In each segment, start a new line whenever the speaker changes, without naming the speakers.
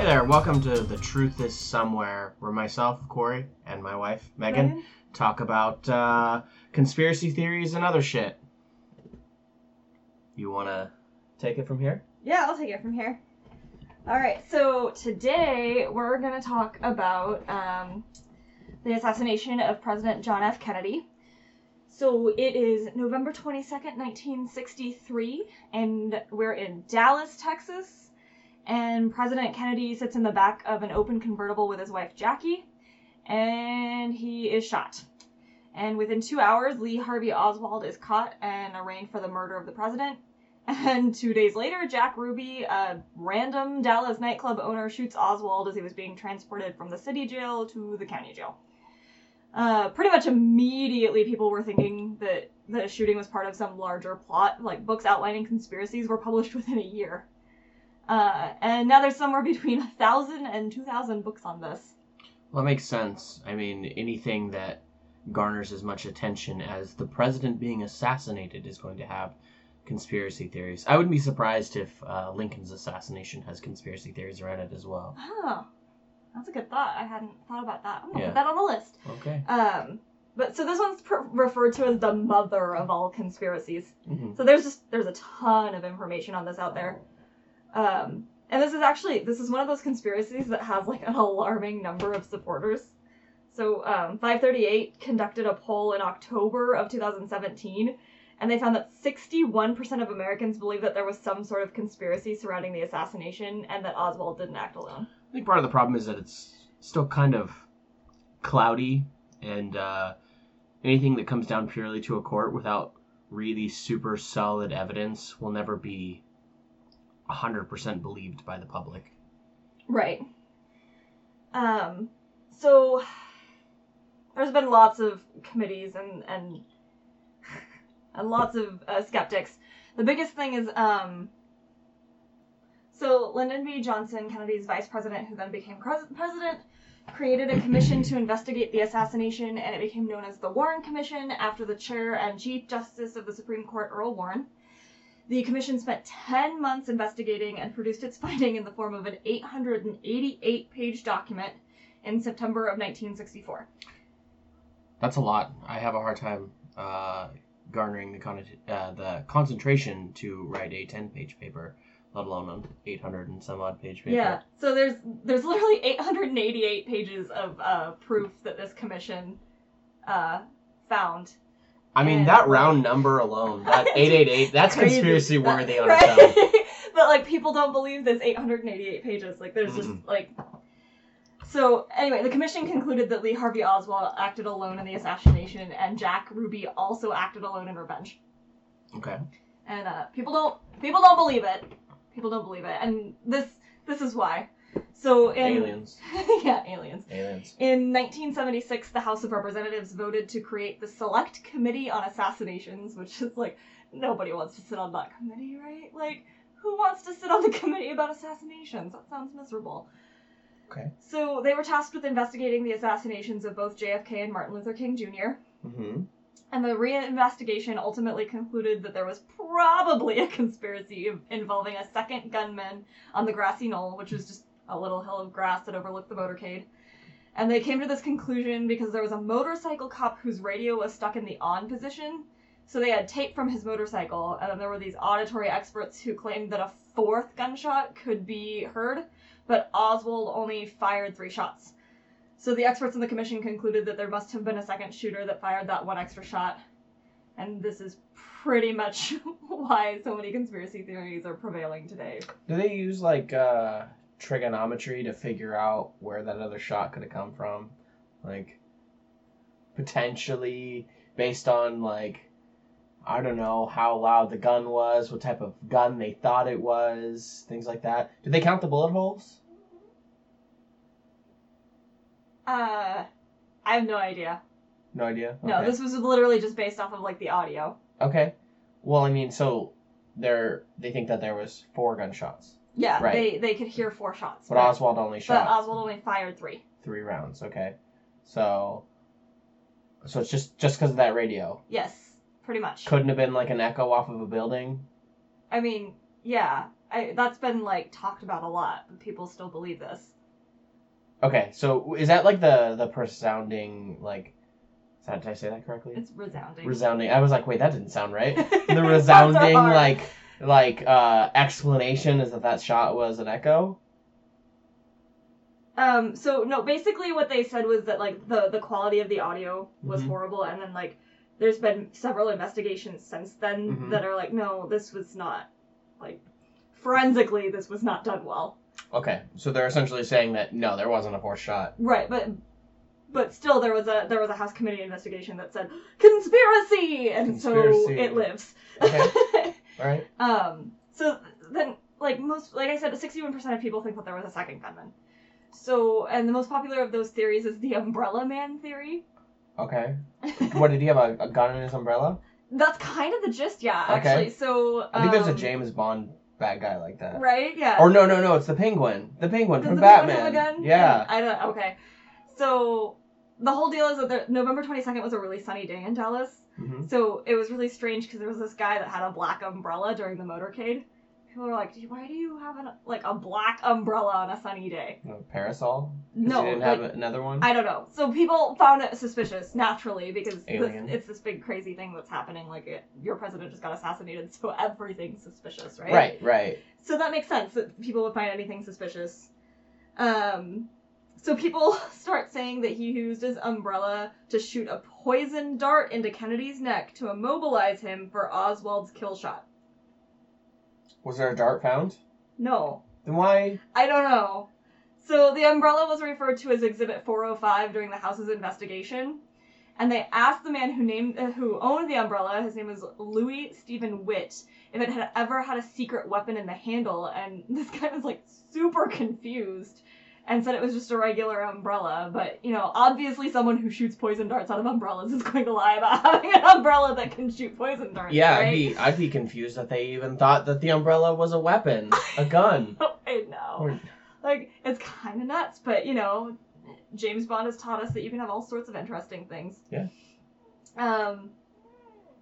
there, welcome to The Truth is Somewhere, where myself, Corey, and my wife, Megan,
Megan?
talk about uh, conspiracy theories and other shit. You want to take it from here?
Yeah, I'll take it from here. All right, so today we're going to talk about um, the assassination of President John F. Kennedy. So it is November 22nd, 1963, and we're in Dallas, Texas. And President Kennedy sits in the back of an open convertible with his wife Jackie, and he is shot. And within two hours, Lee Harvey Oswald is caught and arraigned for the murder of the president. And two days later, Jack Ruby, a random Dallas nightclub owner, shoots Oswald as he was being transported from the city jail to the county jail. Uh, pretty much immediately, people were thinking that the shooting was part of some larger plot. Like, books outlining conspiracies were published within a year. Uh, and now there's somewhere between 1,000 and 2,000 books on this.
Well, that makes sense. I mean, anything that garners as much attention as the president being assassinated is going to have conspiracy theories. I wouldn't be surprised if uh, Lincoln's assassination has conspiracy theories around it as well.
Huh. That's a good thought. I hadn't thought about that. I'm going to
Yeah.
put that on the list.
Okay.
Um, but so this one's pr- referred to as the mother of all conspiracies.
hmm
So there's just there's a ton of information on this out there. Um, and this is actually this is one of those conspiracies that has like an alarming number of supporters. So um, 538 conducted a poll in October of 2017, and they found that 61% of Americans believe that there was some sort of conspiracy surrounding the assassination, and that Oswald didn't act alone.
I think part of the problem is that it's still kind of cloudy, and uh, anything that comes down purely to a court without really super solid evidence will never be 100% believed by the public.
Right. Um, so there's been lots of committees and and and lots of uh, skeptics. The biggest thing is um. So Lyndon B. Johnson, Kennedy's vice president, who then became pres- president, created a commission to investigate the assassination, and it became known as the Warren Commission after the chair and chief justice of the Supreme Court, Earl Warren. The commission spent 10 months investigating and produced its finding in the form of an 888 page document in September of 1964.
That's a lot. I have a hard time uh, garnering the, con- uh, the concentration to write a 10 page paper, let alone an 800 and some odd page paper.
Yeah. So there's there's literally 888 pages of uh, proof that this commission uh, found.
I mean,
And,
that
like-
round number alone, that 888, that's
Crazy.
conspiracy worthy
That-
on its own.
but like people don't believe there's 888 pages. Like there's just
Mm-mm.
like. So anyway, the commission concluded that Lee Harvey Oswald acted alone in the assassination, and Jack Ruby also acted alone in revenge.
Okay.
and uh, people don't people don't believe it. People don't believe it, and this this is why. So in
Aliens.
yeah, aliens.
Aliens.
In 1976, the House of Representatives voted to create the Select Committee on Assassinations, which is like nobody wants to sit on that committee, right? Like, who wants to sit on the committee about assassinations? That sounds miserable.
Okay.
So they were tasked with investigating the assassinations of both JFK and Martin Luther King Jr.
Mm-hmm.
And the reinvestigation ultimately concluded that there was probably a conspiracy involving a second gunman on the grassy knoll, which was just a little hill of grass that overlooked the motorcade. And they came to this conclusion because there was a motorcycle cop whose radio was stuck in the on position. So they had tape from his motorcycle, and then there were these auditory experts who claimed that a fourth gunshot could be heard, but Oswald only fired three shots. So the experts in the commission concluded that there must have been a second shooter that fired that one extra shot. And this is pretty much why so many conspiracy theories are prevailing today.
Do they use like uh, trigonometry to figure out where that other shot could have come from? Like potentially based on like I don't know how loud the gun was, what type of gun they thought it was, things like that. Do they count the bullet holes?
Uh, I have no idea.
No idea.
No,
Okay.
this was literally just based off of like the audio.
Okay. Well, I mean, so there they think that there was four gunshots,
Yeah,
Right.
they they could hear four shots.
but Oswald only
but
shot
Oswald only fired three.
three rounds. Okay. So so it's just just because of that radio.
Yes, pretty much.
couldn't have been like an echo off of a building.
I mean, Yeah, I, that's been like talked about a lot, but people still believe this.
Okay, so is that like the the resounding like? Is that, did I say that correctly?
It's resounding.
resounding. I was like, wait, that didn't sound right.
Those
The
are
resounding
hard.
like like uh explanation is that that shot was an echo.
Um, so no, basically what they said was that like the the quality of the audio was
Mhm.
horrible, and then like there's been several investigations since then
Mhm.
that are like, no, this was not like forensically this was not done well.
Okay, so they're essentially saying that no, there wasn't a fourth shot.
Right, but but still there was a there was a House committee investigation that said conspiracy, and so
Conspiracy.
it lives.
Okay, all right.
Um, so then, like most, like I said, sixty-one percent of people think that there was a second gunman. So, and the most popular of those theories is the Umbrella Man theory.
Okay. What did he have a, a gun in his umbrella?
That's kind of the gist, yeah.
Okay.
Actually, so
I think there's a
um,
James Bond bad guy like that.
right? Yeah.
Or no, no, no, it's the Penguin. The Penguin
Does
from
the
Batman.
Penguin have a gun?
Yeah.
I don't. Okay. So the whole deal is that the, November twenty-second was a really sunny day in Dallas.
hmm
So it was really strange because there was this guy that had a black umbrella during the motorcade. People were like, "Why do you have an like a black umbrella on a sunny day?"
parasol. 'Cause
No,
He didn't
like,
have another one.
I don't know. So people found it suspicious naturally because this,
Alien.
it's this big crazy thing that's happening. Like it, your president just got assassinated, so everything's suspicious, right?
right, right.
So that makes sense that people would find anything suspicious. Um, so people start saying that he used his umbrella to shoot a poison dart into Kennedy's neck to immobilize him for Oswald's kill shot.
Was there a dart found?
No,
Then why?
I don't know. So the umbrella was referred to as Exhibit 405 during the House's investigation, and they asked the man who named uh, who owned the umbrella, his name was Louis Stephen Witt, if it had ever had a secret weapon in the handle, and this guy was like super confused and said it was just a regular umbrella, but you know, obviously someone who shoots poison darts out of umbrellas is going to lie about having an umbrella that can shoot poison darts.
Yeah, I'd
right?
be I'd be confused that they even thought that the umbrella was a weapon, a gun.
I know.
Or-
like it's kind of nuts but you know james bond has taught us that you can have all sorts of interesting things
Yeah.
um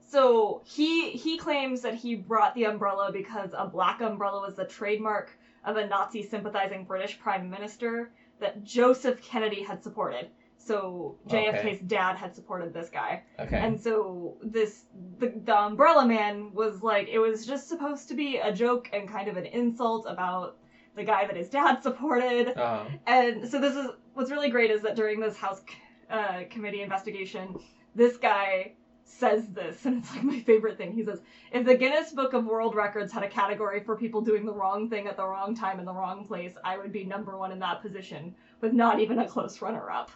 so he he claims that he brought the umbrella because a black umbrella was the trademark of a nazi sympathizing british prime minister that joseph kennedy had supported so jfk's dad had supported this guy
Okay.
and so this the, the umbrella man was like it was just supposed to be a joke and kind of an insult about the guy that his dad supported.
uh,
And so this is what's really great is that during this house uh, committee investigation, this guy says this and it's like my favorite thing. He says, "If the Guinness Book of World Records had a category for people doing the wrong thing at the wrong time in the wrong place, I would be number 1 in that position with not even a close runner up."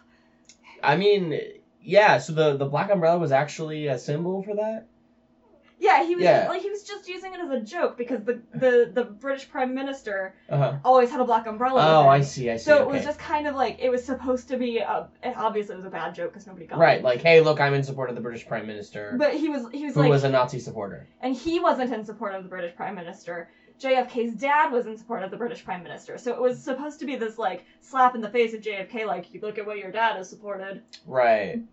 I mean, yeah. So the the black umbrella was actually a symbol for that.
Yeah, he was
Yeah.
like he was just using it as a joke because the the, the British Prime Minister
Uh huh.
always had a black umbrella. with
Oh,
him.
I see. I see.
So it
okay.
was just kind of like it was supposed to be a. It obviously was a bad joke because nobody got
right.
it.
Like, hey, look, I'm in support of the British Prime Minister,
But he was he was
who
like,
was a Nazi supporter.
and he wasn't in support of the British Prime Minister. JFK's dad was in support of the British Prime Minister, so it was supposed to be this like slap in the face of JFK, like you look at what your dad has supported.
Right.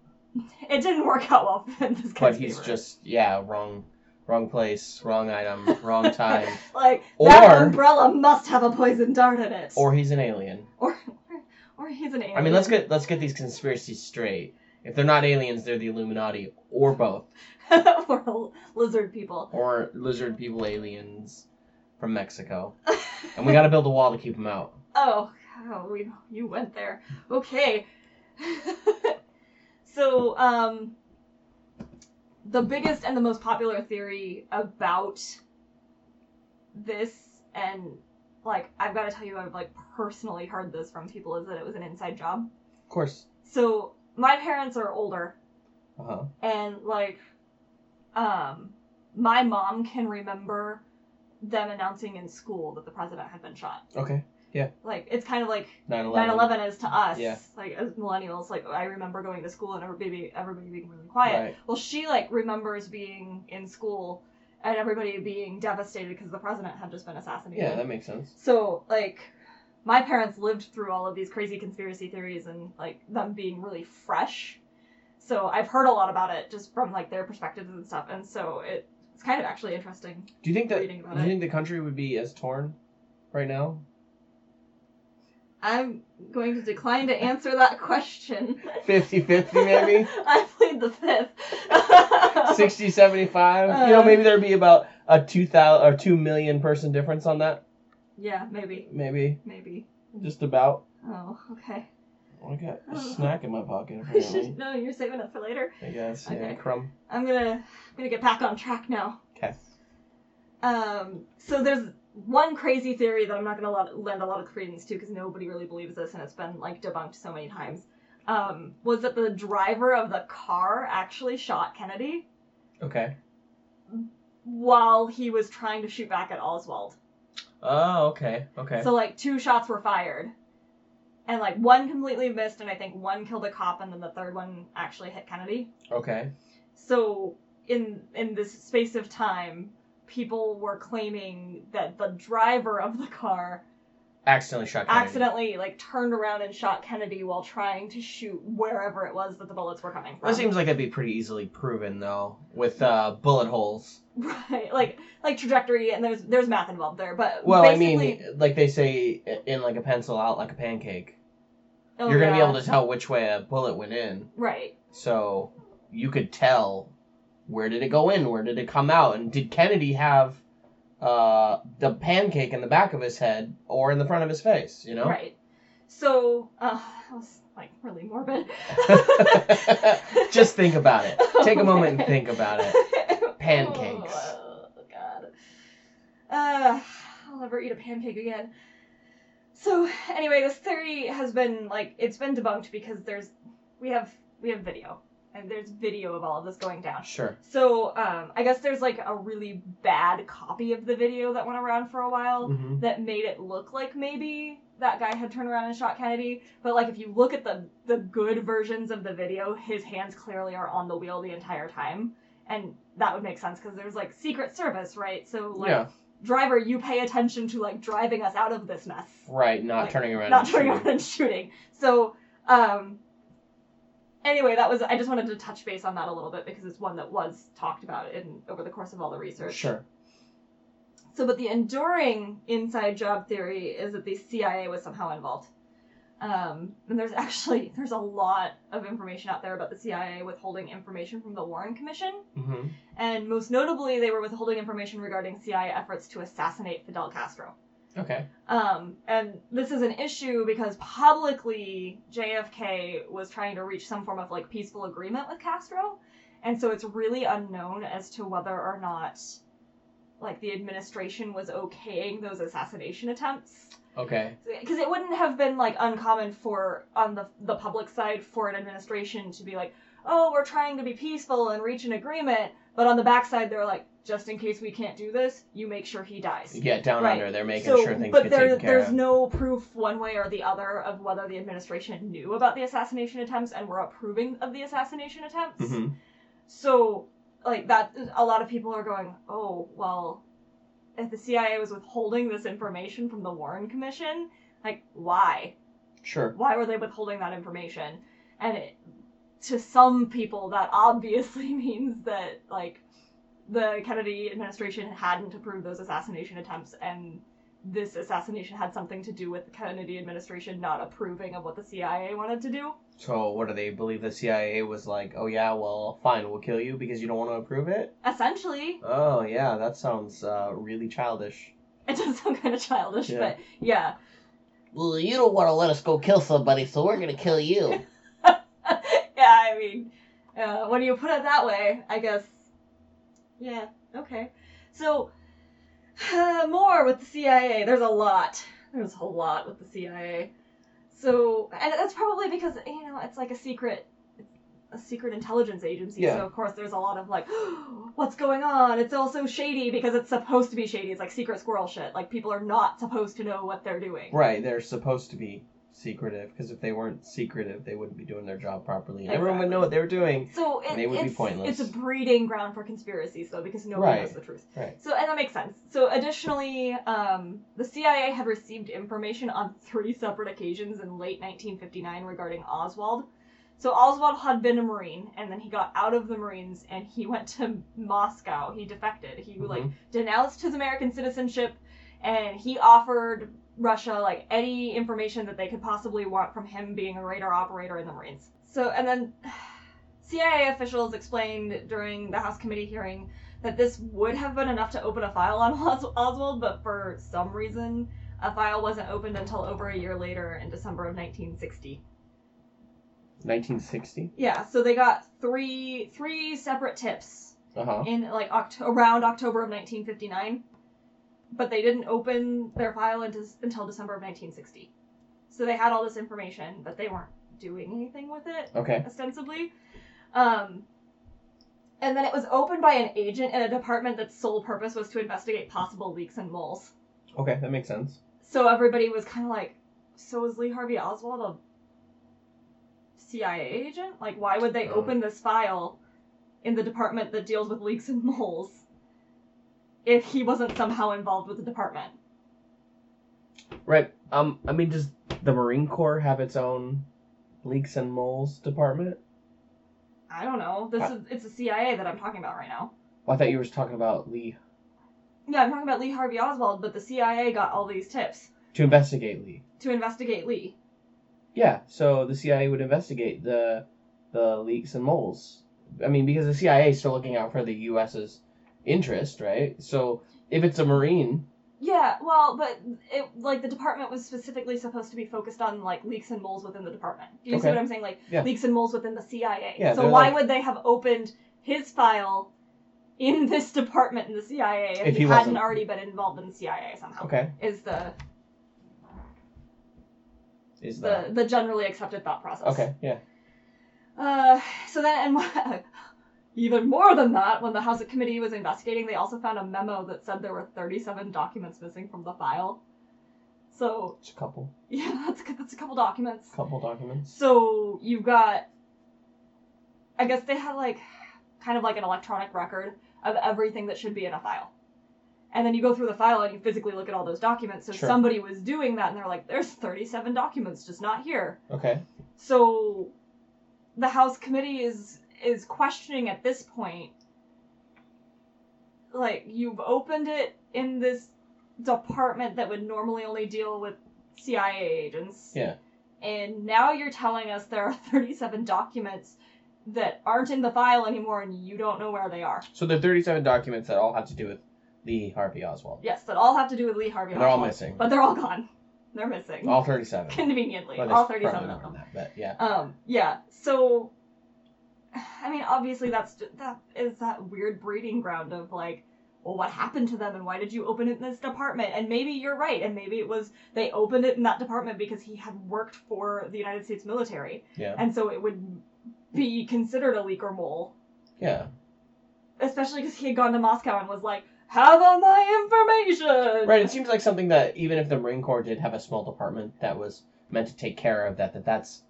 It didn't work out well for this.
But
guy's
he's
favor.
just yeah, wrong, wrong place, wrong item, wrong time,
like that
Or-
umbrella must have a poison dart in it,
or he's an alien.
or, or he's an alien.
I mean, let's get let's get these conspiracies straight. If they're not aliens, they're the Illuminati, or both,
or lizard people.
or lizard people aliens from Mexico. And we got to build a wall to keep them out.
Oh, oh we, you went there. Okay. so, um, the biggest and the most popular theory about this, and like, I've got to tell you, I've like personally heard this from people, is that it was an inside job.
Of course.
So, my parents are older,
Uh huh.
and like, um, my mom can remember them announcing in school that the president had been shot.
Okay.
Like, it's kind of like 9
9/11.
11 is to us,
Yeah.
like as millennials. Like, I remember going to school and everybody, everybody being really quiet.
Right.
Well, she like remembers being in school and everybody being devastated because the president had just been assassinated.
Yeah, that makes sense.
so, like, my parents lived through all of these crazy conspiracy theories and like them being really fresh. So, I've heard a lot about it just from like their perspectives and stuff. And so, it It's kind of actually interesting.
Do you think that do
Reading
you
about it.
think the country would be as torn right now?
I'm going to decline to answer that question.
50-50 maybe?
I played the fifth.
60 75 you know maybe there'd be about a 2000 or 2 million person difference on that
Yeah, maybe,
maybe
maybe.
just about
Oh, okay.
i got a snack in my pocket apparently
no, you're saving it for later.
i guess yeah
Okay.
crumb
I'm gonna, I'm gonna get back on track now.
okay
Um, so there's one crazy theory that I'm not going to lot, lend a lot of credence to because nobody really believes this and it's been like debunked so many times. Um, was that the driver of the car actually shot Kennedy
okay
while he was trying to shoot back at Oswald?
oh okay okay
So like two shots were fired, and like one completely missed, and I think one killed a cop, and then the third one actually hit Kennedy.
okay
so in in this space of time people were claiming that the driver of the car
accidentally shot Kennedy.
accidentally like turned around and shot kennedy while trying to shoot wherever it was that the bullets were coming from
that seems like it'd be pretty easily proven though with uh bullet holes
right like like trajectory and there's there's math involved there but
well
basically,
i mean like they say in like a pencil out like a pancake
oh,
you're gonna
yeah,
be able to tell which way a bullet went in
right
So you could tell where did it go in, where did it come out, and did Kennedy have uh, the pancake in the back of his head or in the front of his face? You know,
right so uh that was like really morbid
just think about it. Take a moment and
Okay.
think about it. Pancakes.
Oh, God. Uh, I'll never eat a pancake again. So anyway, this theory has been like it's been debunked because there's we have we have video and there's video of all of this going down.
Sure.
So um, I guess there's like a really bad copy of the video that went around for a while
hmm
that made it look like maybe that guy had turned around and shot Kennedy. But like if you look at the the good versions of the video, his hands clearly are on the wheel the entire time, and that would make sense because there's like Secret Service, right? So like
yeah.
driver, you pay attention to like driving us out of this mess,
Right. Not
like,
turning around.
not
and
turning
shooting.
around and shooting. So um. Anyway, that was I just wanted to touch base on that a little bit because it's one that was talked about in over the course of all the research.
Sure.
So, but the enduring inside job theory is that the CIA was somehow involved. Um, and there's actually there's a lot of information out there about the CIA withholding information from the Warren Commission,
hmm
and most notably, they were withholding information regarding CIA efforts to assassinate Fidel Castro.
Okay.
Um, and this is an issue because publicly JFK was trying to reach some form of like peaceful agreement with Castro, and so it's really unknown as to whether or not like the administration was okaying those assassination attempts
Okay.
because it wouldn't have been like uncommon for on the the public side for an administration to be like oh we're trying to be peaceful and reach an agreement but on the backside they're like just in case we can't do this you make sure he dies
Yeah. Down
Right.
under, they're making
so,
sure things
but
get
there,
taken care
there's
of.
no proof one way or the other of whether the administration knew about the assassination attempts and were approving of the assassination attempts.
Mhm.
So, like that, a lot of people are going, "Oh, well, if the CIA was withholding this information from the Warren Commission, like why?
Sure.
Why were they withholding that information?" And it, to some people, that obviously means that like the Kennedy administration hadn't approved those assassination attempts and this assassination had something to do with the Kennedy administration not approving of what the CIA wanted to do.
So what do they believe? The CIA was like, oh yeah, well fine, we'll kill you because you don't want to approve it.
Essentially,
Oh yeah, that sounds uh, really childish.
it does sound kind of childish,
Yeah.
but yeah.
Well, you don't want to let us go kill somebody, so we're gonna kill you.
yeah, I mean, uh, when you put it that way, I guess. Yeah, okay. So, more with the CIA. There's a lot. There's a lot with the CIA. So, and that's probably because, you know, it's like a secret. A secret intelligence agency,
Yeah.
so of course there's a lot of like, what's going on? It's all so shady because it's supposed to be shady. It's like secret squirrel shit. Like people are not supposed to know what they're doing.
right, they're supposed to be secretive because if they weren't secretive, they wouldn't be doing their job properly. and Everyone would know what they were doing.
So it,
And they would be
it's,
pointless.
It's a breeding ground for conspiracies, though, because nobody
Right,
knows the truth.
right.
So, and that makes sense. So, additionally, um, the CIA had received information on three separate occasions in late 1959 regarding Oswald. So Oswald had been a Marine, and then he got out of the Marines and he went to Moscow. He defected. He like
Mhm.
denounced his American citizenship, and he offered Russia like any information that they could possibly want from him being a radar operator in the Marines. So and then CIA officials explained during the House committee hearing that this would have been enough to open a file on Os- Oswald, but for some reason, a file wasn't opened until over a year later in December of 1960.
Mm-hmm. 1960.
Yeah, so they got three three separate tips
Uh huh.
in like Oct- around October of 1959, but they didn't open their file into, until December of 1960. So they had all this information, but they weren't doing anything with it
Okay.
ostensibly. Um, and then it was opened by an agent in a department that's sole purpose was to investigate possible leaks and moles.
Okay, that makes sense.
So everybody was kind of like, so is Lee Harvey Oswald a CIA agent? Like, why would they
Mm.
open this file in the department that deals with leaks and moles if he wasn't somehow involved with the department?
Right. Um. I mean, does the Marine Corps have its own leaks and moles department?
I don't know. This is it's the CIA that I'm talking about right now.
Well, I thought you were talking about Lee
Yeah, I'm talking about Lee Harvey Oswald, but the CIA got all these tips
to investigate Lee.
to investigate Lee.
Yeah. So the CIA would investigate the the leaks and moles. I mean, because the CIA is still looking out for the U.S.'s interest, right? So if it's a Marine,
Yeah, well, but it like the department was specifically supposed to be focused on like leaks and moles within the department. Do you see
Okay.
what I'm saying? Like
Yeah.
leaks and moles within the CIA.
Yeah,
so
they're
why
like-
would they have opened his file in this department in the CIA if,
If
he,
he
hadn't
wasn't-
already been involved in the CIA somehow?
okay,
Is the
is
the
that
the generally accepted thought process?
okay? Yeah.
Uh, so then, and even more than that, when the House Committee was investigating, they also found a memo that said there were 37 documents missing from the file. So
It's a couple,
Yeah, that's good. That's a couple documents.
couple documents.
So you've got, I guess they had like, kind of like an electronic record of everything that should be in a file, and then you go through the file and you physically look at all those documents. So
Sure.
somebody was doing that, and they're like, "There's 37 documents, just not here."
Okay.
So, the House committee is is questioning at this point. Like you've opened it in this department that would normally only deal with CIA agents.
Yeah.
And now you're telling us there are 37 documents that aren't in the file anymore, and you don't know where they are.
So there are 37 documents that all have to do with Lee Harvey Oswald.
Yes, that all have to do with Lee Harvey.
And they're all
Oswald,
missing.
But they're all gone. They're missing.
All 37.
Conveniently,
Well,
all
there's
37
probably
of
more
them.
than that, but yeah.
Um, yeah. So, I mean, obviously, that's ju- that is that weird breeding ground of like, well, what happened to them, and why did you open it in this department? And maybe you're right, and maybe it was they opened it in that department because he had worked for the United States military,
Yeah.
and so it would be considered a leak or mole,
Yeah.
especially because he had gone to Moscow and was like, have all my information.
Right. It seems like something that even if the Marine Corps did have a small department that was meant to take care of that, that that's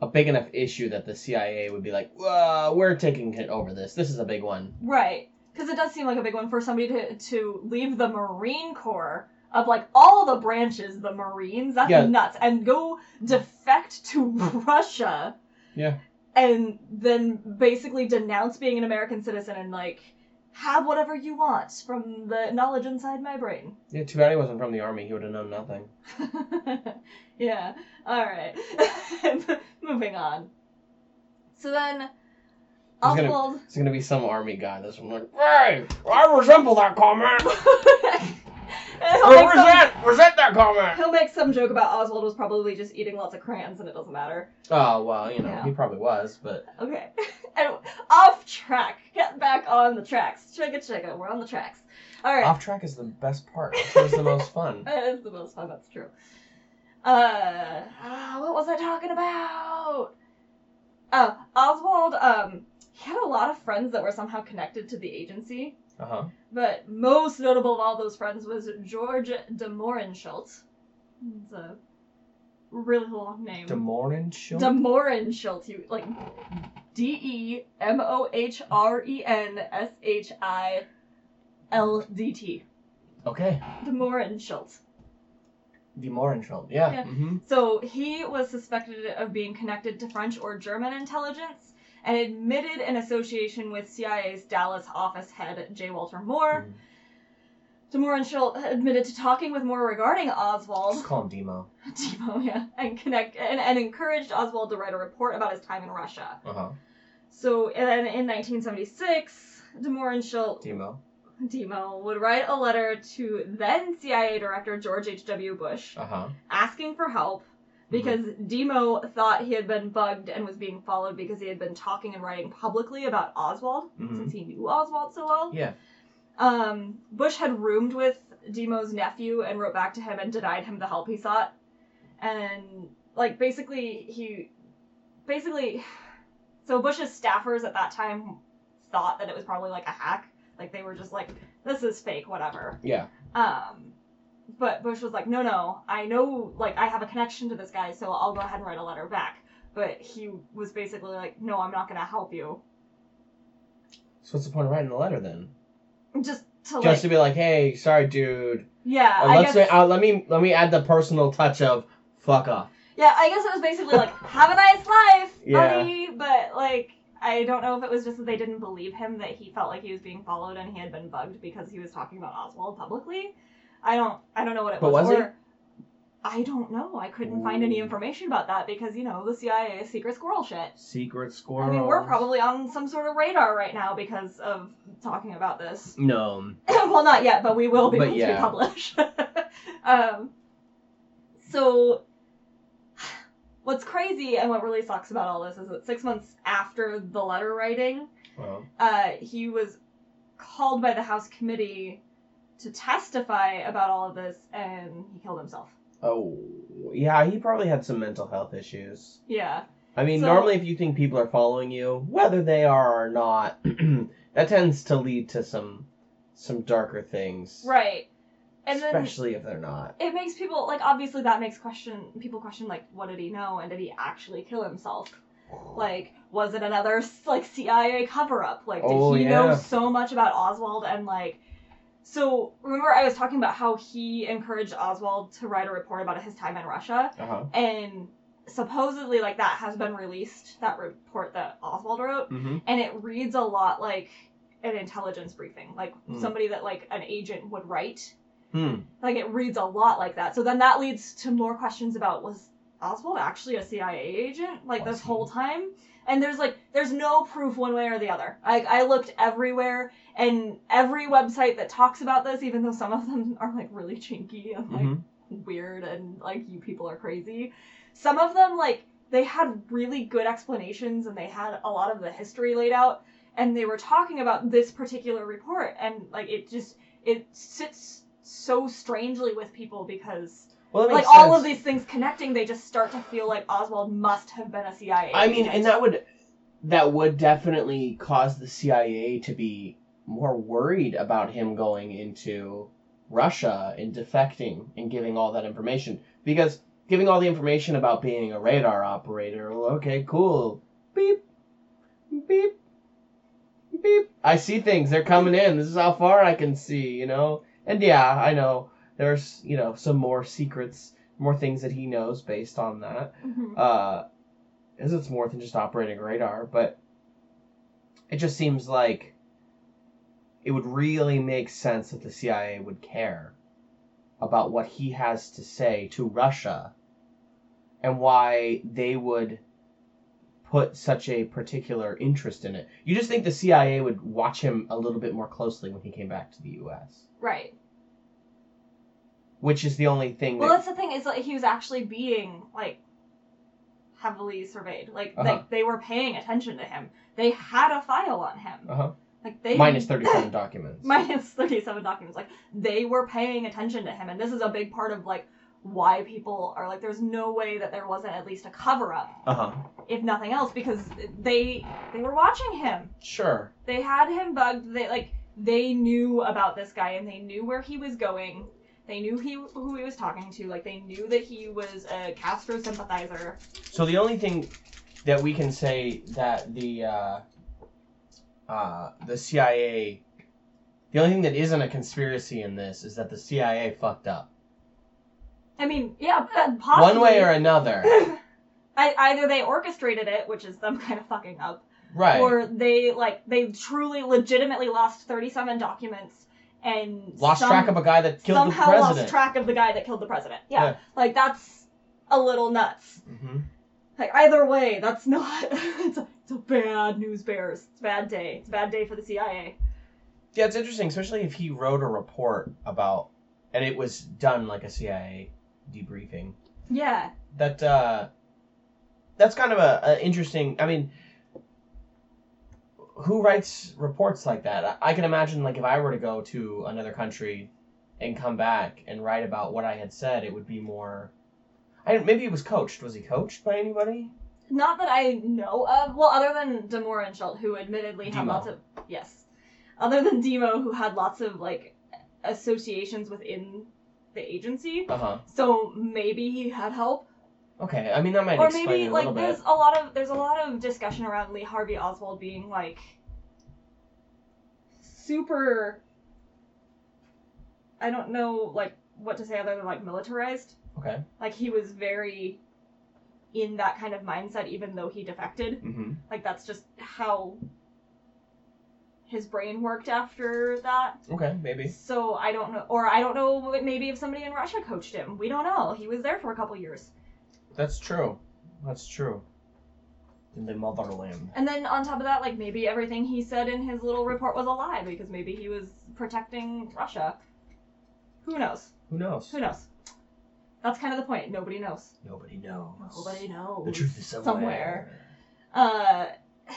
a big enough issue that the CIA would be like, "Whoa, we're taking it over this. This is a big one."
Right. Because it does seem like a big one for somebody to, to leave the Marine Corps of like all the branches, the Marines, that's
Yeah.
nuts, and go defect to Russia.
Yeah.
And then basically denounce being an American citizen and like have whatever you want from the knowledge inside my brain.
Yeah. Too bad he wasn't from the army. He would have known nothing.
yeah. All right. Moving on. So then,
I was gonna-
Oswald.
It's gonna be some army guy. That's like, "Hey, I resemble that comment.
Like, some-
Resent Oh, that comment."
He'll make some joke about Oswald was probably just eating lots of crayons and it doesn't matter.
Oh well, you know,
Yeah.
he probably was, but
Okay. anyway, off track. Get back on the tracks. Chugga chugga. We're on the tracks. All right.
off track is the best part. It was the most fun.
That is the most fun. That's true. Uh, ah, what was I talking about? Oh, Oswald. Um, he had a lot of friends that were somehow connected to the agency,
Uh huh.
but most notable of all those friends was George de Morenschult. It's a really long name.
The morning show.
Demorenschult, you like D E M O H R E N S H I L D T.
okay.
Demorenschult.
the Morenschuld. Yeah. Mm-hmm.
Yeah.
hmm
So he was suspected of being connected to French or German intelligence and admitted an association with CIA's Dallas office head J. Walter Moore. DeMoore and Schultz admitted to talking with Moore regarding
Just
Oswald,
call him Demo.
Demo, yeah, and connect and, and encouraged Oswald to write a report about his time in Russia.
Uh huh.
So and then in 1976, DeMoore and Schultz
Demo.
Demo would write a letter to then CIA Director George H.W. Bush
Uh huh.
asking for help
Mm-hmm.
because Demo thought he had been bugged and was being followed because he had been talking and writing publicly about Oswald
Mhm.
since he knew Oswald so well.
Yeah.
Um, Bush had roomed with Demo's nephew and wrote back to him and denied him the help he sought. And like basically he basically so Bush's staffers at that time thought that it was probably like a hack. Like they were just like, this is fake, whatever.
Yeah.
Um, but Bush was like, no, no, I know, like, I have a connection to this guy, so I'll go ahead and write a letter back. But he was basically like, no, I'm not gonna help you.
So what's the point of writing the letter then?
Just to like,
Just to be like, hey, sorry, dude.
yeah,
Uh,
I
let's say,
guess,
uh, let me let me add the personal touch of fuck off.
yeah, I guess it was basically like, have a nice life,
Yeah.
buddy. But like, I don't know if it was just that they didn't believe him that he felt like he was being followed and he had been bugged because he was talking about Oswald publicly. I don't, I don't know what it
But
was.
was he?
or, I don't know. I couldn't find any
Ooh.
information about that because you know the CIA is secret squirrel shit.
Secret
I
squirrel.
mean, we're probably on some sort of radar right now because of talking about this.
No.
well, not yet, but we will be
But
once we
yeah.
publish. um, so, what's crazy and what really sucks about all this is that six months after the letter writing,
Well,
uh, he was called by the House committee to testify about all of this, and he killed himself.
oh, yeah. He probably had some mental health issues.
Yeah.
I mean,
So-
normally if you think people are following you, whether they are or not, that tends to lead to some some darker things.
Right. And then
Especially if they're not.
it makes people like obviously that makes question people question like what did he know and did he actually kill himself like was it another like cia cover up like did
Oh,
he
yeah.
know so much about oswald and like so remember i was talking about how he encouraged oswald to write a report about his time in russia
Uh huh.
and supposedly like that has been released that report that oswald wrote
Mm-hmm.
and it reads a lot like an intelligence briefing like
Mm.
somebody that like an agent would write
Hmm.
like it reads a lot like that. So then that leads to more questions about was Oswald actually a CIA agent like
Was
this
he?
whole time? And there's like there's no proof one way or the other. I I looked everywhere and every website that talks about this, even though some of them are like really chinky and like
Mhm.
weird and like you people are crazy. Some of them like they had really good explanations and they had a lot of the history laid out and they were talking about this particular report and like it just it sits so strangely with people because
Well, that
like
makes
all of
sense.
these things connecting they just start to feel like Oswald must have been a CIA
I mean,
agent.
and that would that would definitely cause the CIA to be more worried about him going into Russia and defecting and giving all that information because giving all the information about being a radar operator. well, Okay, cool. Beep, beep, beep. I see things. They're coming in. This is how far I can see. You know. And yeah, I know there's you know some more secrets, more things that he knows based on that
Mhm.
uh, as it's more than just operating a radar, but it just seems like it would really make sense that the CIA would care about what he has to say to Russia and why they would put such a particular interest in it. You just think the CIA would watch him a little bit more closely when he came back to the US,
right.
which is the only thing
Well,
that
that's the thing is like he was actually being like heavily surveyed. Like
Uh-huh.
like they were paying attention to him. They had a file on him.
Uh-huh.
Like they
minus 37 documents.
minus 37 documents like they were paying attention to him and this is a big part of like why people are like there's no way that there wasn't at least a cover up
uh-huh.
if nothing else because they they were watching him
Sure.
they had him bugged they like they knew about this guy and they knew where he was going they knew he who he was talking to like they knew that he was a castro sympathizer
So the only thing that we can say that the uh, uh, the CIA, the only thing that isn't a conspiracy in this is that the CIA fucked up.
i I mean, yeah, that possibly.
One way or another.
I, either they orchestrated it, which is them kind of fucking up,
Right.
or they like they truly legitimately lost 37 documents and
lost
some-
track of a guy that killed the
somehow
president.
lost track of the guy that killed the president yeah,
Yeah.
like that's a little nuts
hmm
like either way that's not it's, a, it's a bad news bears it's a bad day it's a bad day for the cia
Yeah, it's interesting, especially if he wrote a report about, and it was done like a CIA debriefing.
yeah
That uh, that's kind of a, a interesting. I mean, who writes reports like that? I, I can imagine like if I were to go to another country and come back and write about what I had said, it would be more. I maybe it was coached. Was he coached by anybody?
not that i know of well other than demore and schult who admittedly had
Demo.
lots of yes other than demo who had lots of like associations within the agency
Uh huh.
so maybe he had help
Okay. I mean that might
or
explain
maybe
it a
like
little
there's
bit.
a lot of there's a lot of discussion around Lee Harvey Oswald being like super I don't know like what to say other than like militarized.
Okay.
Like he was very in that kind of mindset even though he defected.
Mm-hmm.
Like that's just how his brain worked after that.
Okay. Maybe.
So I don't know or I don't know maybe if somebody in Russia coached him. We don't know. He was there for a couple years.
That's true. That's true. In the motherland.
And then on top of that, like maybe everything he said in his little report was a lie because maybe he was protecting Russia. Who knows?
Who knows?
Who knows? That's kind of the point. Nobody knows.
Nobody knows.
Nobody knows.
The truth is somewhere.
Uh,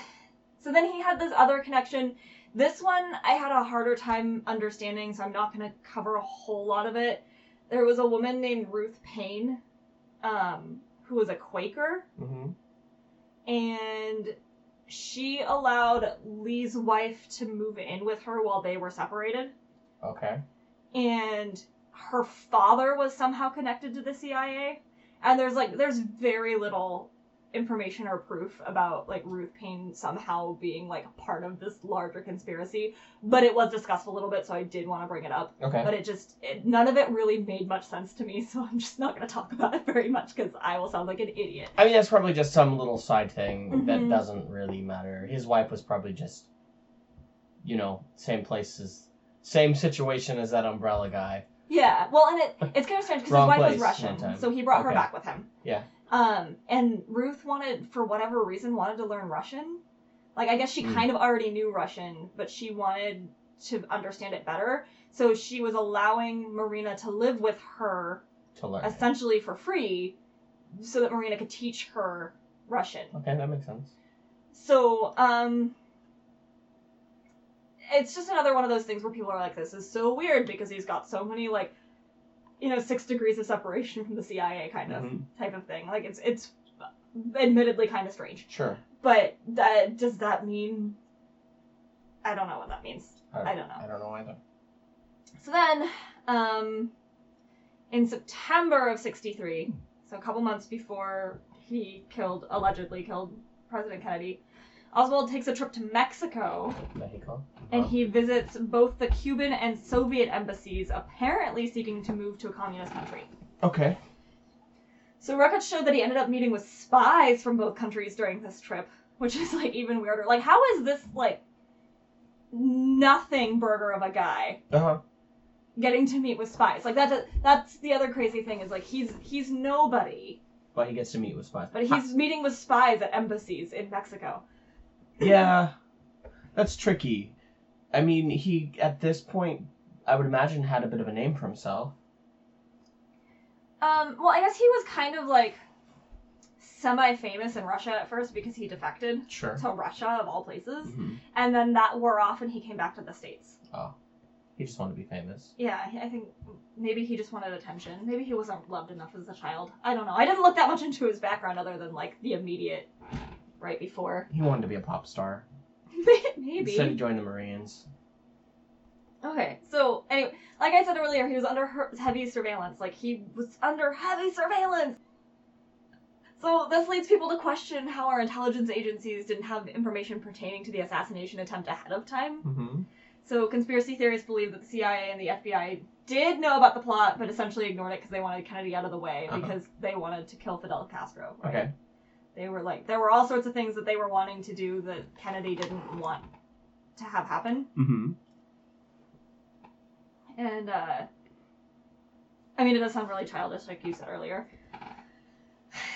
so then he had this other connection. This one I had a harder time understanding, so I'm not going to cover a whole lot of it. There was a woman named Ruth Payne, um, who was a Quaker.
Mm-hmm.
and she allowed Lee's wife to move in with her while they were separated.
Okay.
And her father was somehow connected to the CIA. And there's like there's very little information or proof about like Ruth Payne somehow being like part of this larger conspiracy, but it was discussed a little bit, so I did want to bring it up.
Okay.
But it just it, none of it really made much sense to me, so I'm just not going to talk about it very much because I will sound like an idiot.
I mean, that's probably just some little side thing that
Mhm.
doesn't really matter. His wife was probably just, you know, same place as, same situation as that umbrella guy.
Yeah, well, and it, it's kind of strange because his
Wrong
wife
place
was
one time.
Russian, so he brought her
Okay.
back with him.
Yeah.
Um, and Ruth wanted, for whatever reason, wanted to learn Russian. Like, I guess she
Mm.
kind of already knew Russian, but she wanted to understand it better. So she was allowing Marina to live with her
To learn.
essentially for free, so that Marina could teach her Russian.
Okay, that makes sense.
So, um, it's just another one of those things where people are like, this is so weird because he's got so many, like, you know, six degrees of separation from the CIA kind of
Mhm.
type of thing. Like, it's, it's admittedly kind of strange.
Sure.
But that, does that mean. I don't know what that means. I don't know.
I don't know either.
So then, um, in September of 63, so a couple months before he killed, allegedly killed President Kennedy, Oswald takes a trip to Mexico
Mexico.
and
Huh.
he visits both the Cuban and Soviet embassies, apparently seeking to move to a communist country.
Okay.
So records show that he ended up meeting with spies from both countries during this trip, which is like even weirder. Like, how is this like nothing burger of a guy?
Uh huh.
getting to meet with spies. Like that's that's the other crazy thing is like he's he's nobody,
But he gets to meet with spies.
but he's meeting with spies at embassies in Mexico.
Yeah, that's tricky. I mean, he at this point, I would imagine, had a bit of a name for himself.
Um, well, I guess he was kind of like semi-famous in Russia at first because he defected
Sure.
to Russia of all places,
hmm
and then that wore off and he came back to the states.
He just wanted to be famous.
Yeah, I- I think maybe he just wanted attention. Maybe he wasn't loved enough as a child. I don't know. I didn't look that much into his background other than like the immediate right before.
He wanted to be a pop star.
maybe.
Instead, he joined the Marines.
Okay, so anyway, like I said earlier, he was under her- heavy surveillance. Like he was under heavy surveillance. So this leads people to question how our intelligence agencies didn't have information pertaining to the assassination attempt ahead of time.
Mm-hmm.
So conspiracy theorists believe that the CIA and the FBI did know about the plot, but essentially ignored it because they wanted Kennedy out of the way
Uh-huh.
because they wanted to kill Fidel Castro. right?
Okay.
They were like, there were all sorts of things that they were wanting to do that Kennedy didn't want to have happen.
Mm-hmm.
And, uh, I mean, it does sound really childish, like you said earlier.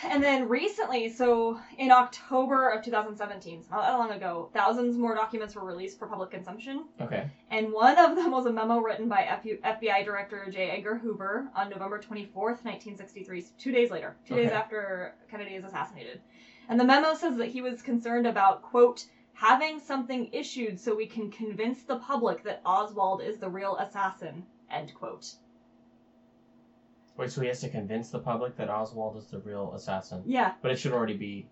And then recently, so in October of 2017, so not that long ago, thousands more documents were released for public consumption.
Okay.
And one of them was a memo written by F- FBI Director J. Edgar Hoover on November 24th, 1963, so two days later, two days
Okay.
after Kennedy is assassinated. And the memo says that he was concerned about, quote, having something issued so we can convince the public that Oswald is the real assassin, end quote.
Wait, so he has to convince the public that Oswald is the real assassin.
Yeah,
But it should already be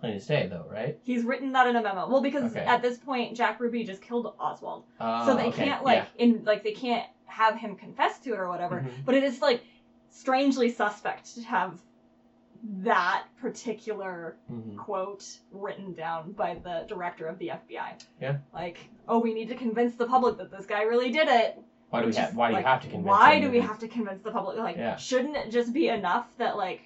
plain as day, though, right?
he's written that in a memo. Well, because
Okay.
at this point, Jack Ruby just killed Oswald.
Uh,
so they
okay,
can't, like,
yeah.
in like they can't have him confess to it or whatever.
Mhm.
But it is like strangely suspect to have that particular
Mhm.
quote written down by the director of the FBI.
Yeah.
Like, oh, we need to convince the public that this guy really did it.
Why do we
Which
have?
is,
Why do
like,
you have to convince?
Why
him
do
that
we
he's-
have to convince the public? Like,
Yeah.
shouldn't it just be enough that like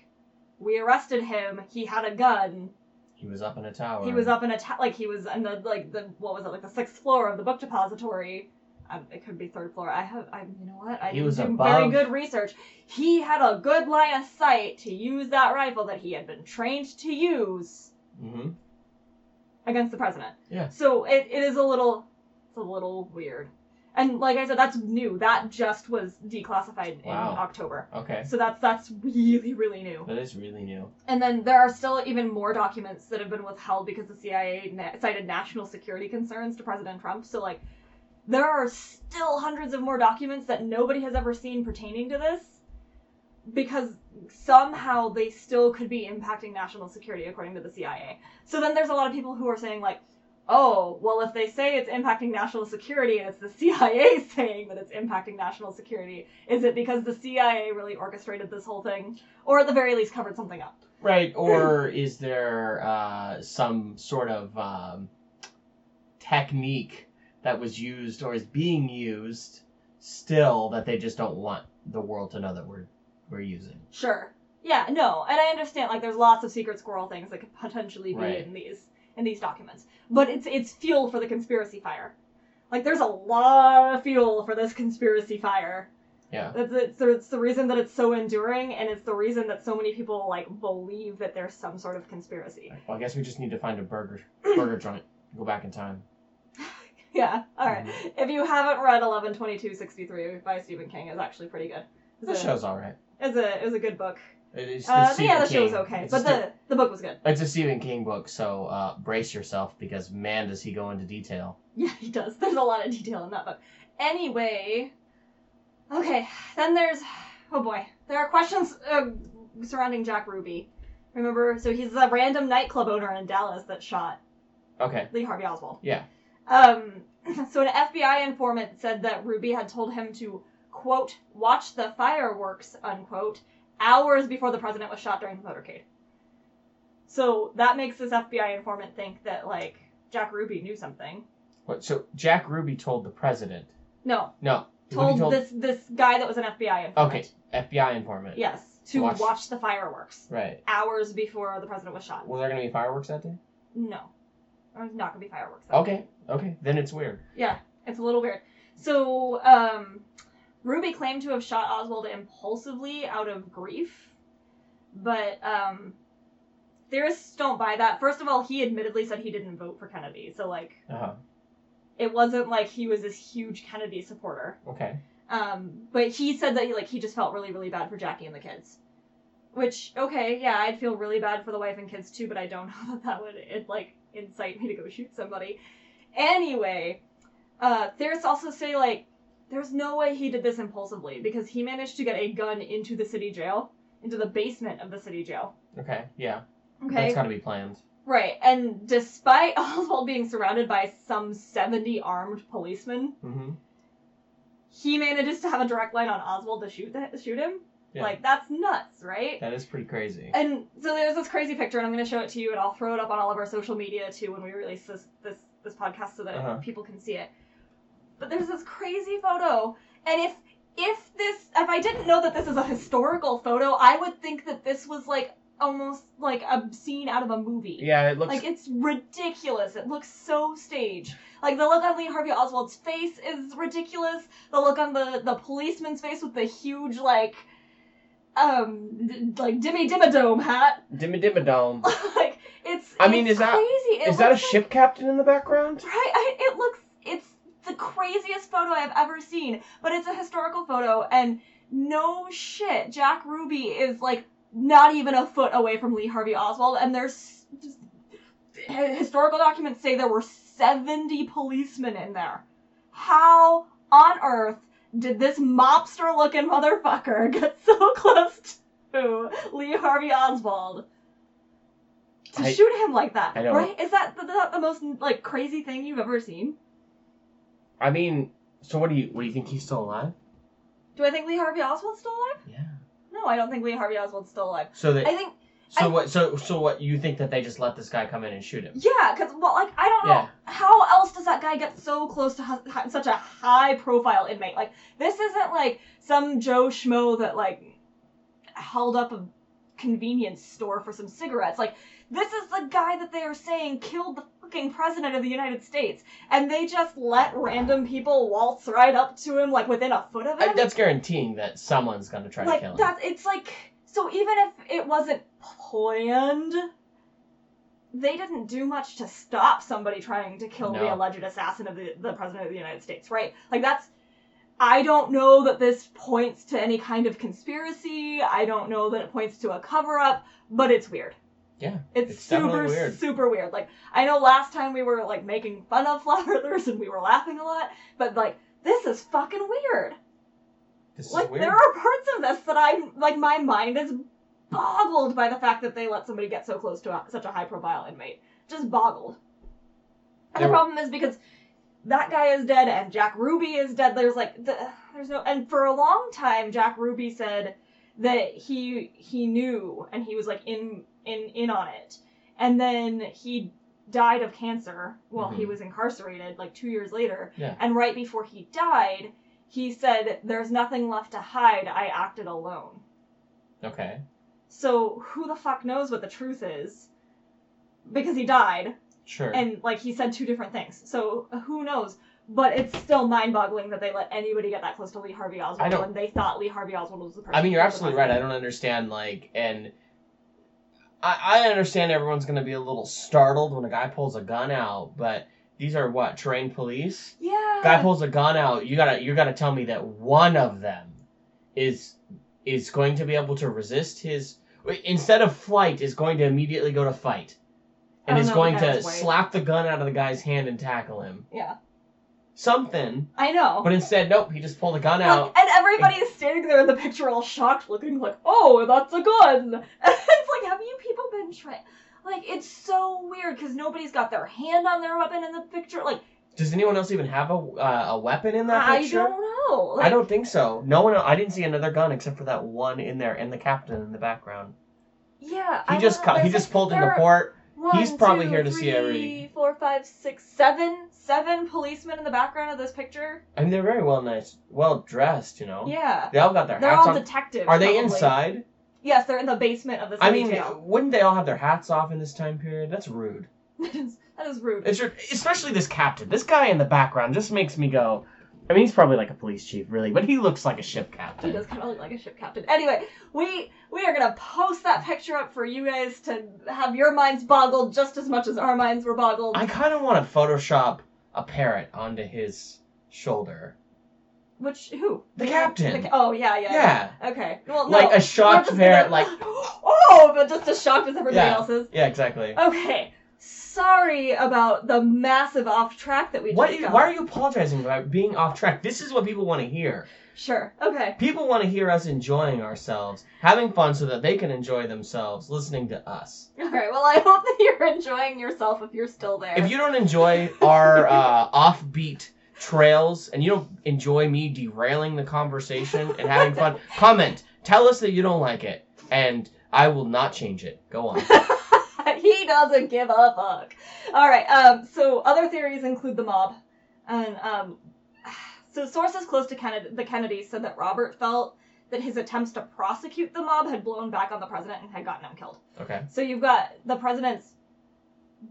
we arrested him, he had a gun,
He was up in a tower.
he was up in a ta- like he was in the like the what was it like the sixth floor of the book depository. Um, it could be third floor. I have I you know what I
He
didn't
was
do very
above-
good research. He had a good line of sight to use that rifle that he had been trained to use
Mm-hmm.
against the president.
Yeah.
So it, it is a little it's a little weird. And like I said, that's new. That just was declassified
Wow.
in October.
Okay.
So that's that's really really new.
That is really new.
And then there are still even more documents that have been withheld because the CIA na- cited national security concerns to President Trump. So, like, there are still hundreds of more documents that nobody has ever seen pertaining to this because somehow they still could be impacting national security according to the CIA. So, then there's a lot of people who are saying, like, oh, well, if they say it's impacting national security and it's the CIA saying that it's impacting national security, is it because the CIA really orchestrated this whole thing or at the very least covered something up?
Right, or is there uh, some sort of um, technique that was used or is being used still that they just don't want the world to know that we're we're using?
Sure. Yeah, no, and I understand like there's lots of secret squirrel things that could potentially be
Right.
in these in these documents. But it's it's fuel for the conspiracy fire. Like there's a lot of fuel for this conspiracy fire.
Yeah.
That's it's, the- it's the reason that it's so enduring and it's the reason that so many people like believe that there's some sort of conspiracy.
Well, I guess we just need to find a burger burger joint. Go back in time.
Yeah. All right.
Mm-hmm.
If you haven't read 112263 by Stephen King, it's actually pretty good.
The
It's a,
show's all right.
it's a it was a good book.
It- It's
Uh,
Stephen
yeah, the
King.
show was okay,
It's
but
Ste-
the the book was good.
it's a Stephen King book, so uh, brace yourself because man, does he go into detail.
Yeah, he does. There's a lot of detail in that book. Anyway, okay, then there's oh boy, there are questions uh, surrounding Jack Ruby. Remember, so he's a random nightclub owner in Dallas that shot
Okay.
Lee Harvey Oswald.
Yeah.
Um, so an FBI informant said that Ruby had told him to quote watch the fireworks unquote hours before the president was shot during the motorcade. So that makes this FBI informant think that like Jack Ruby knew something.
What, so Jack Ruby told the president.
No,
No. Ruby
told this this guy that was an FBI informant.
Okay, FBI informant.
Yes, to watch,
Watch-
the fireworks
Right.
hours before the president was shot.
Were there gonna be fireworks that day?
No, there's not gonna be fireworks. that day.
Okay. Okay. Then it's weird.
it's a little weird. So, um, Ruby claimed to have shot Oswald impulsively out of grief, but um, theorists don't buy that. First of all, he admittedly said he didn't vote for Kennedy, so like
Uh huh.
it wasn't like he was this huge Kennedy supporter.
Okay.
Um, but he said that he like he just felt really really bad for Jackie and the kids, which okay yeah I'd feel really bad for the wife and kids too, but I don't know that that would it like incite me to go shoot somebody. Anyway, uh, theorists also say like there's no way he did this impulsively because he managed to get a gun into the city jail, into the basement of the city jail.
Okay. Yeah.
Okay,
That's got to be planned.
right. And despite Oswald being surrounded by some 70 armed policemen,
Mm-hmm.
he manages to have a direct line on Oswald to shoot that, shoot him.
Yeah.
Like that's nuts, right?
that is pretty crazy.
And so there's this crazy picture, and I'm going to show it to you, and I'll throw it up on all of our social media too when we release this this this podcast so that
Uh-huh.
people can see it. But there's this crazy photo, and if if this, if I didn't know that this is a historical photo, I would think that this was like almost like a scene out of a movie.
Yeah, it looks.
Like it's ridiculous. It looks so staged. Like the look on Lee Harvey Oswald's face is ridiculous. The look on the the policeman's face with the huge like um d- like dimmy dimmadome hat.
dimmy dimmy dome.
like it's
I mean,
it's
is that-
crazy. It
Is that a
looks like-
ship captain in the background?
Right? I, it looks it's the craziest photo I've ever seen, but it's a historical photo and no shit, Jack Ruby is like not even a foot away from Lee Harvey Oswald and there's just, hi- historical documents say there were 70 policemen in there. How on earth did this mobster looking motherfucker get so close to Lee Harvey Oswald? To
I-
shoot him like that,
I don't-
right? Is that, that the most like crazy thing you've ever seen?
I mean,
So what do you what do you think he's still alive?
Do I think Lee Harvey Oswald's still alive?
Yeah.
No, I don't think Lee Harvey Oswald's still alive.
So that
I think
so
I-
what so so what you think that they just let this guy come in and shoot him?
yeah, because well, like I don't know
Yeah.
how else does that guy get so close to hu- hu- such a high profile inmate? Like this isn't like some Joe schmo that like held up a convenience store for some cigarettes. Like this is the guy that they are saying killed the fucking president of the United States, and they just let random people waltz right up to him like within a foot of him.
I, that's guaranteeing that someone's gonna try to
like
kill him.
that's it's like so even if it wasn't planned they didn't do much to stop somebody trying to kill the
No.
alleged assassin of the, the president of the united states right like that's i don't know that this points to any kind of conspiracy i don't know that it points to a cover-up but it's weird
Yeah,
it's,
it's
super
definitely weird.
super weird like i know last time we were like making fun of flower earthers and we were laughing a lot but like this is fucking weird
This
like
is weird.
there are parts of this that I'm like my mind is boggled by the fact that they let somebody get so close to a, such a high profile inmate. Just boggled. And
They
the
were-
problem is because that guy is dead and Jack Ruby is dead. There's like the, there's no and for a long time Jack Ruby said that he he knew and he was like in in in on it. And then he died of cancer while he
Mhm.
was incarcerated like 2 years later.
Yeah.
And right before he died, he said, There's nothing left to hide. I acted alone.
okay.
So who the fuck knows what the truth is? Because he died,
Sure.
and like he said two different things. So who knows? But it's still mind boggling that they let anybody get that close to Lee Harvey
I
Oswald
don't-
when they thought Lee Harvey Oswald was the person.
I mean, you're
who was
absolutely
the
right. I don't understand, like, and I, I understand everyone's going to be a little startled when a guy pulls a gun out, but these are what trained police.
president. Yeah.
Guy pulls a gun out. You gotta, you gotta tell me that one of them is is going to be able to resist his instead of flight is going to immediately go to fight,
I
and
don't
is
know,
going
Oh, that
to
was way-
slap the gun out of the guy's hand and tackle him.
Yeah.
Something,
I know.
but instead, nope. He just pulled a gun out.
Like, and everybody is standing there in the picture all shocked, looking like, oh, that's a gun. And it's like, have you people been trained? Like, it's so weird because nobody's got their hand on their weapon in the picture. Like,
Does anyone else even have a uh, a weapon in that
I
picture?
don't know. Like,
I don't think so. No one. I didn't see another gun except for that one in there and the captain in the background.
Yeah.
He
I
just
don't-
co- he
there's,
just
like,
pulled into
there are
port.
one,
he's probably
two,
here to see
three,
everybody.
four, five, six, seven, seven policemen in the background of this picture.
I mean, they're very well nice, well dressed. You know.
Yeah.
They all got their
They're
hats
all
Oh. on.
detectives.
Are they
probably.
inside?
Yes, they're in the basement of the
I mean,
jail.
wouldn't they all have their hats off in this time period? That's rude.
that is, that is rude.
It's your, especially this captain. This guy in the background just makes me go. I mean, he's probably like a police chief, really, but he looks like a ship
He
captain.
does kind of look like a ship captain. Anyway, we we are gonna post that picture up for you guys to have your minds boggled just as much as our minds were boggled.
I kind of want to Photoshop a parrot onto his shoulder.
Which who?
The captain.
ca- oh yeah, yeah, yeah.
Yeah,
Okay. Well, no.
like a shocked
We're just
parrot,
gonna-
like
oh, but just as shocked as everybody
Yeah.
else is.
Yeah, exactly.
Okay. Sorry about the massive off track that we
What?
just
Is,
got.
why are you apologizing for being off track? This is what people want to hear.
Sure. Okay.
People want to hear us enjoying ourselves, having fun, so that they can enjoy themselves listening to us.
All right. Well, I hope that you're enjoying yourself if you're still there.
If you don't enjoy our uh, offbeat trails and you don't enjoy me derailing the conversation and having fun, comment. Tell us that you don't like it, and I will not change it. Go on.
he doesn't give a fuck. All right. Um. So other theories include the mob, and um. So sources close to Kennedy, the Kennedys said that Robert felt that his attempts to prosecute the mob had blown back on the president and had gotten him killed.
Okay.
So you've got the president's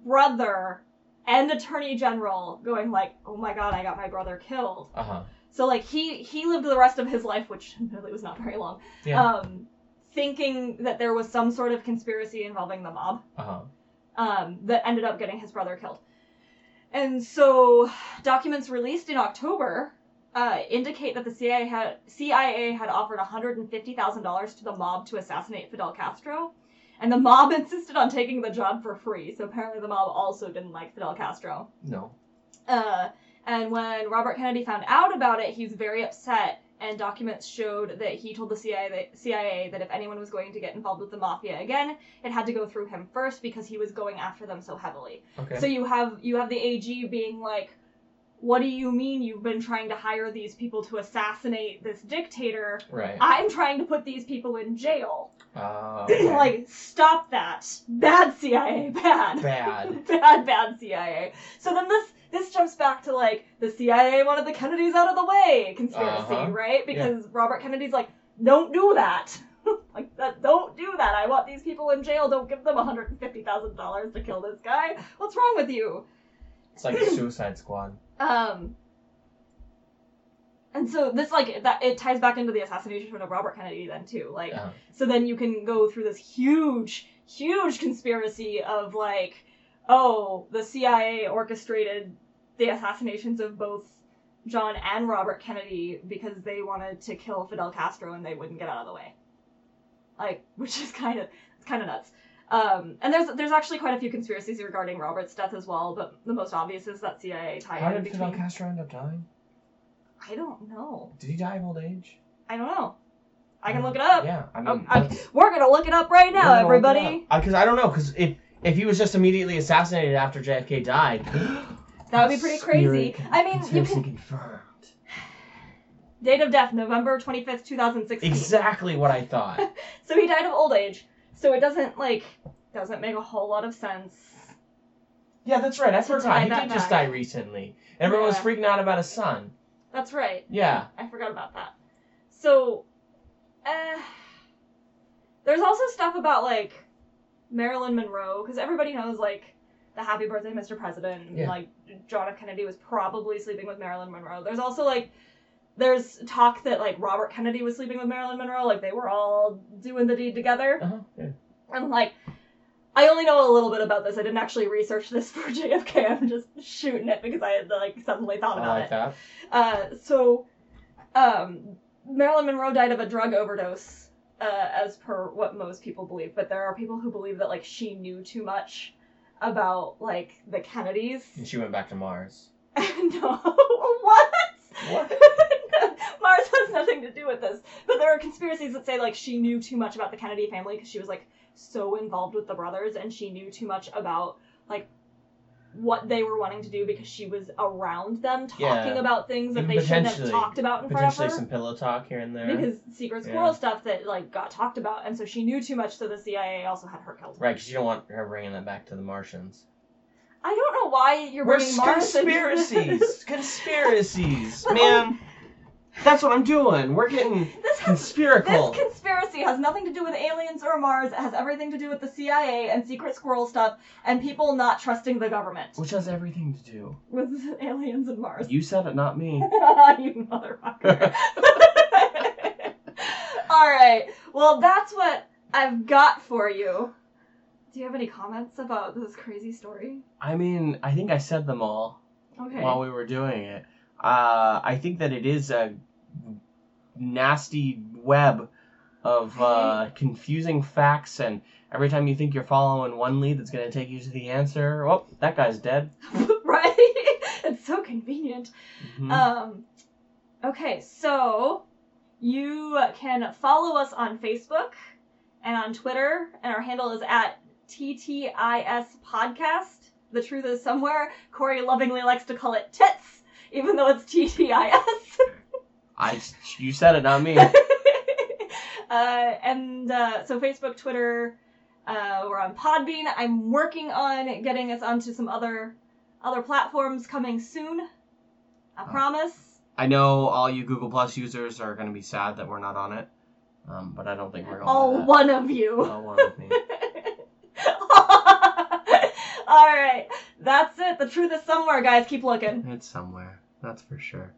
brother and attorney general going like, "Oh my god, I got my brother killed."
Uh huh.
So like he he lived the rest of his life, which really was not very long,
Yeah.
um, thinking that there was some sort of conspiracy involving the mob
Uh huh.
um, that ended up getting his brother killed. And so, documents released in October uh, indicate that the CIA had, CIA had offered $150,000 to the mob to assassinate Fidel Castro, and the mob insisted on taking the job for free. So apparently, the mob also didn't like Fidel Castro.
No.
Uh, and when Robert Kennedy found out about it, he was very upset. And documents showed that he told the CIA that, CIA that if anyone was going to get involved with the mafia again, it had to go through him first because he was going after them so heavily.
Okay.
So you have you have the AG being like, "What do you mean you've been trying to hire these people to assassinate this dictator?
right.
I'm trying to put these people in jail.
Uh,
like, stop that. Bad CIA, bad."
bad.
bad, bad CIA. So then this this jumps back to like the CIA wanted the Kennedys out of the way conspiracy,
Uh-huh.
right? Because Robert Kennedy's like, don't do that. like that, don't do that. I want these people in jail. Don't give them one hundred and fifty thousand dollars to kill this guy. What's wrong with you?
It's like a Suicide Squad.
Um. And so this like that it ties back into the assassination of Robert Kennedy then too. Like
Uh-huh.
so then you can go through this huge, huge conspiracy of like, oh, the CIA orchestrated the assassinations of both John and Robert Kennedy because they wanted to kill Fidel Castro and they wouldn't get out of the way. Like, which is kind of it's kind of nuts. Um, and there's there's actually quite a few conspiracies regarding Robert's death as well, but the most obvious is that CIA tie
How
in
did Fidel
between.
Castro end up dying?
I don't know.
Did he die of old age?
I don't know. I can look it up.
Mm, Yeah. I mean.
Um, I-
that's-
We're gonna look it up right now, everybody.
Because I don't know. Because if if he was just immediately assassinated after JFK died,
That would be pretty crazy.
Conspiracy-
I mean, you
conspiracy
can
confirmed.
date of death November 25th, 2016.
exactly what I thought.
So he died of old age. So it doesn't like doesn't make a whole lot of sense.
Yeah, that's right. I
To tie
forgot. He
that
did just
back.
die recently. Everyone was
Yeah.
freaking out about his son.
That's right.
Yeah.
I forgot about that. So uh there's also stuff about like Marilyn Monroe cuz everybody knows like the happy birthday Mr. President and
Yeah.
like John F Kennedy was probably sleeping with Marilyn Monroe. There's also like there's talk that like Robert Kennedy was sleeping with Marilyn Monroe, like they were all doing the deed together.
Uh-huh. Yeah.
And like, I only know a little bit about this. I didn't actually research this for JFK. I'm just shooting it because I had like suddenly thought
Oh, I
about
like
it.
that.
Uh, so, um, Marilyn Monroe died of a drug overdose, uh, as per what most people believe. But there are people who believe that like she knew too much about like the Kennedys.
And she went back to Mars.
no, what?
What?
Mars has nothing to do with this. But there are conspiracies that say like she knew too much about the Kennedy family because she was like so involved with the brothers and she knew too much about like what they were wanting to do because she was around them
Yeah.
talking about things that
And
they shouldn't have
potentially-
talked about in front of
Potentially
her.
some pillow talk here and there.
Because secret
Yeah.
squirrel stuff that like got talked about, and so she knew too much, so the CIA also had her killed.
Right, because you don't want her bringing that back to the Martians.
I don't know why you're
We're
bringing Mars into
conspiracies,
this.
conspiracies,
But,
man. That's what I'm doing. We're getting
This has
conspiracal.
This conspiracy has nothing to do with aliens or Mars. It has everything to do with the CIA and secret squirrel stuff and people not trusting the government
Which has everything to do.
with aliens and Mars.
You said it, not me.
you motherfucker. All right. Well, that's what I've got for you. Do you have any comments about this crazy story?
I mean, I think I said them all.
Okay.
while we were doing it. Uh, I think that it is a nasty web of uh, confusing facts, and every time you think you're following one lead that's going to take you to the answer, oh, that guy's dead.
right? it's so convenient.
Mhm.
Mm-hmm.
Um, okay, so you can follow us on Facebook and on Twitter, and our handle is at TTIS Podcast. The truth is somewhere. Corey lovingly likes to call it tits, even though it's TTIS.
I, you said it, not me.
uh, and uh, so Facebook, Twitter, uh, we're on Podbean. I'm working on getting us onto some other other platforms coming soon. I
Oh.
promise.
I know all you Google Plus users are going to be sad that we're not on it, um, but I don't think we're going.
All
to that.
one of you.
All one of me.
All right, that's it. The truth is somewhere, guys. Keep looking.
It's somewhere. That's for sure.